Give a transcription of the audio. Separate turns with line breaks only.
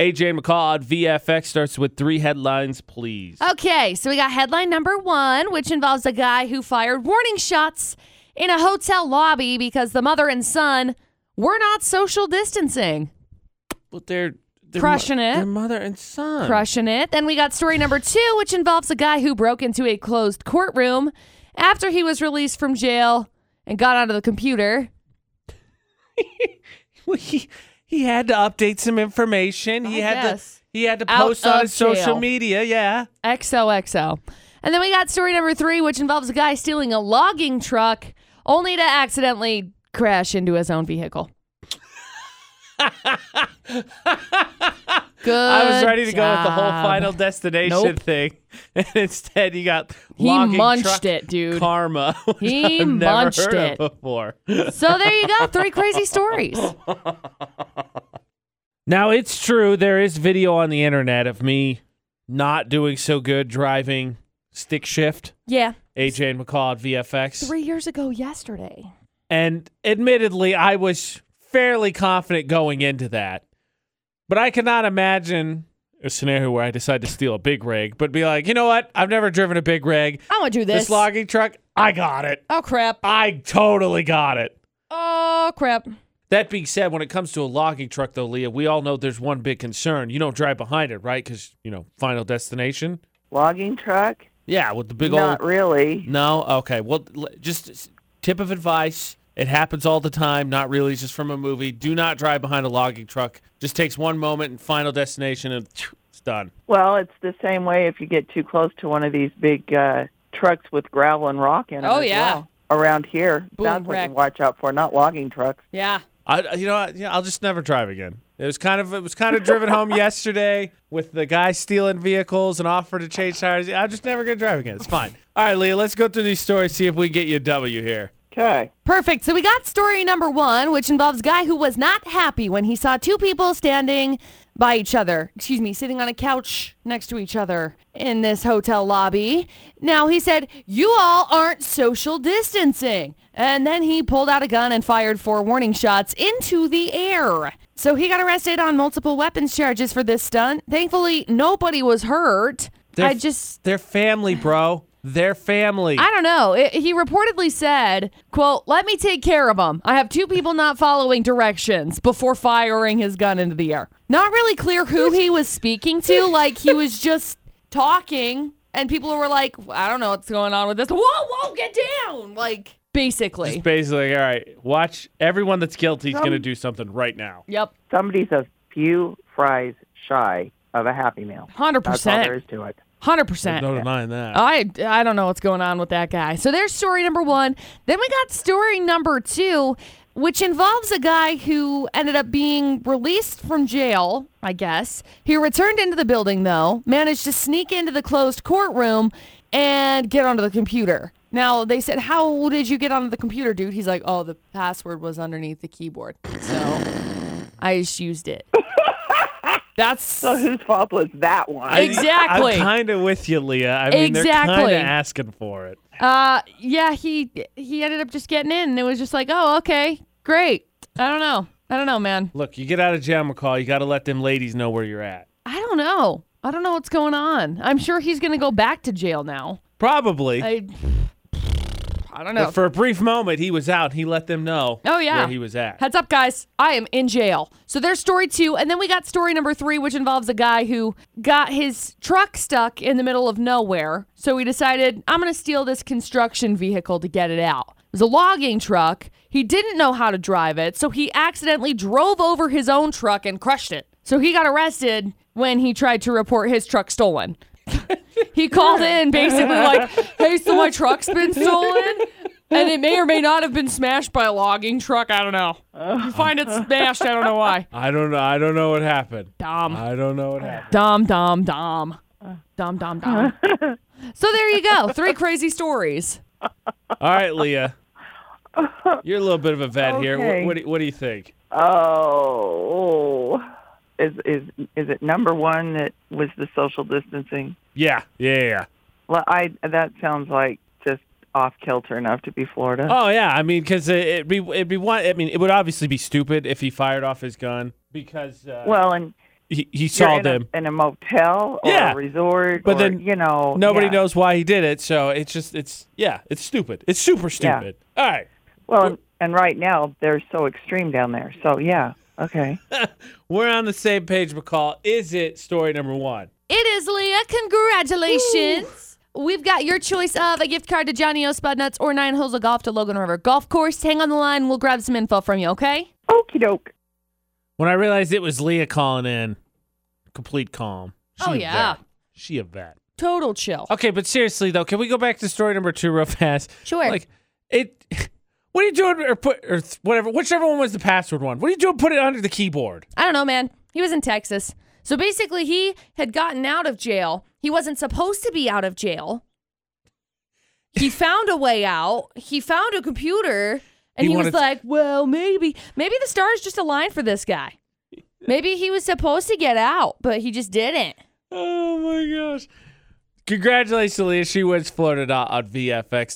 AJ McCall on VFX starts with three headlines, please.
Okay, so we got headline number one, which involves a guy who fired warning shots in a hotel lobby because the mother and son were not social distancing.
But they're, they're
Crushing it.
Their mother and son.
Crushing it. Then we got story number two, which involves a guy who broke into a closed courtroom after he was released from jail and got onto the computer.
Well, he he had to update some information. He
I
had
guess.
to he had to
Out
post on
of
his social
jail.
media. Yeah.
XOXO. And then we got story number three, which involves a guy stealing a logging truck only to accidentally crash into his own vehicle. Good.
I was ready to go with the whole
job.
final destination
Nope.
thing, and instead you got
He
logging
munched
truck
it, dude.
Karma. which
He
I've never
munched
heard of
it.
before.
So there you go, three crazy stories.
Now it's true there is video on the internet of me not doing so good driving stick shift.
Yeah,
AJ and McCall at VFX.
three years ago yesterday.
And admittedly, I was fairly confident going into that. But I cannot imagine a scenario where I decide to steal a big rig, but be like, you know what? I've never driven a big rig.
I want to do
This,
this.
logging truck, I got it.
oh crap!
I totally got it.
Oh crap!
That being said, when it comes to a logging truck, though, Leah, we all know there's one big concern. You don't drive behind it, right? Because, you know, final destination.
Logging truck?
Yeah, with the big old
Not really.
No. Okay. Well, l- just s- tip of advice. It happens all the time. Not really. It's just from a movie. Do not drive behind a logging truck. Just takes one moment and final destination, and it's done.
Well, it's the same way if you get too close to one of these big uh, trucks with gravel and rock in 'em
Oh,
as
yeah.
well. Around here,
Boom,
that's what
wreck.
you watch out for. Not logging trucks.
Yeah.
I, I- you know, I, yeah, I'll just never drive again. It was kind of, it was kind of driven home yesterday with the guy stealing vehicles and offer to change tires. I'm just never gonna drive again. It's fine. All right, Leah, let's go through these stories. See if we can get you a W here.
Okay.
Perfect. So we got story number one, which involves a guy who was not happy when he saw two people standing by each other. Excuse me, sitting on a couch next to each other in this hotel lobby. Now he said, You all aren't social distancing. And then he pulled out a gun and fired four warning shots into the air. So he got arrested on multiple weapons charges for this stunt. Thankfully, nobody was hurt.
They're-
I just
They're family, bro. They're family.
I don't know. It, he reportedly said, "quote Let me take care of him. I have two people not following directions." Before firing his gun into the air, not really clear who he was speaking to. Like he was just talking, and people were like, "I don't know what's going on with this." Whoa, whoa, get down! Like basically,
It's basically all right. Watch everyone that's guilty is
Um,
going to do something right now.
yep,
Somebody's a few fries shy of a Happy Meal.
hundred
That's all there
percent,
is to it.
hundred percent.
No denying that.
I I don't know what's going on with that guy. So there's story number one. Then we got story number two, which involves a guy who ended up being released from jail. I guess he returned into the building though, managed to sneak into the closed courtroom and get onto the computer. Now they said, "How did you get onto the computer, dude?" He's like, "Oh, the password was underneath the keyboard, so I just used it." That's
So whose fault was that one?
I-
Exactly.
I'm kind of with you, Leah. I mean, they're kind
Exactly.
of asking for it.
Uh, yeah, he he ended up just getting in, and it was just like, oh, okay, great. I don't know. I don't know, man.
Look, you get out of jail, McCall. You got to let them ladies know where you're at.
I don't know. I don't know what's going on. I'm sure he's gonna go back to jail now.
Probably.
I I don't know.
But for a brief moment, he was out. He let them know.
Oh, yeah.
where he was at.
Heads up, guys. I am in jail. So there's story two. And then we got story number three, which involves a guy who got his truck stuck in the middle of nowhere. So he decided, I'm going to steal this construction vehicle to get it out. It was a logging truck. He didn't know how to drive it. So he accidentally drove over his own truck and crushed it. So he got arrested when he tried to report his truck stolen. he called in basically like, hey, so my truck's been stolen. And it may or may not have been smashed by a logging truck. I don't know. You find it smashed. I don't know why.
I don't know. I don't know what happened.
Dom.
I don't know what happened.
Dom, Dom, Dom. Dom, Dom, Dom. So there you go. Three crazy stories.
All right, Leah. You're a little bit of a vet here. What,
Okay.
what, do, you- what do you think?
oh, is is is it number one that was the social distancing?
Yeah. Yeah. yeah.
Well, I that sounds like just off kilter enough to be Florida.
Oh yeah, I mean, because it, it'd be it'd be one. I mean, it would obviously be stupid if he fired off his gun because uh,
Well, and
he, he saw
You're in a-
them.
in a motel or
Yeah.
a resort,
But
or,
then
you know
Nobody
yeah.
knows why he did it, so it's just it's yeah, it's stupid. It's super
Yeah.
stupid. All right.
Well, and, and right now they're so extreme down there. So yeah, okay.
We're on the same page, McCall. Is it story number one?
It is Leah. Congratulations. We've got your choice of a gift card to Johnny O. Spud Nuts or nine holes of golf to Logan River Golf Course. Hang on the line. We'll grab some info from you, okay?
Okie doke.
When I realized it was Leah calling in, complete calm.
Oh,
a
yeah.
vet. She a vet.
Total chill.
Okay, but seriously though, can we go back to story number two real fast?
Sure.
Like it what are you doing or put or th- whatever whichever one was the password one? What are you doing put it under the keyboard?
I don't know, man. He was in Texas. So basically, he had gotten out of jail. He wasn't supposed to be out of jail. He found a way out. He found a computer. And
He
he, was
wanted-
like, well, maybe, maybe the stars just aligned for this guy. Maybe he was supposed to get out, but he just didn't.
Oh my gosh. Congratulations, Leah. She wins Florida Dot on VFX.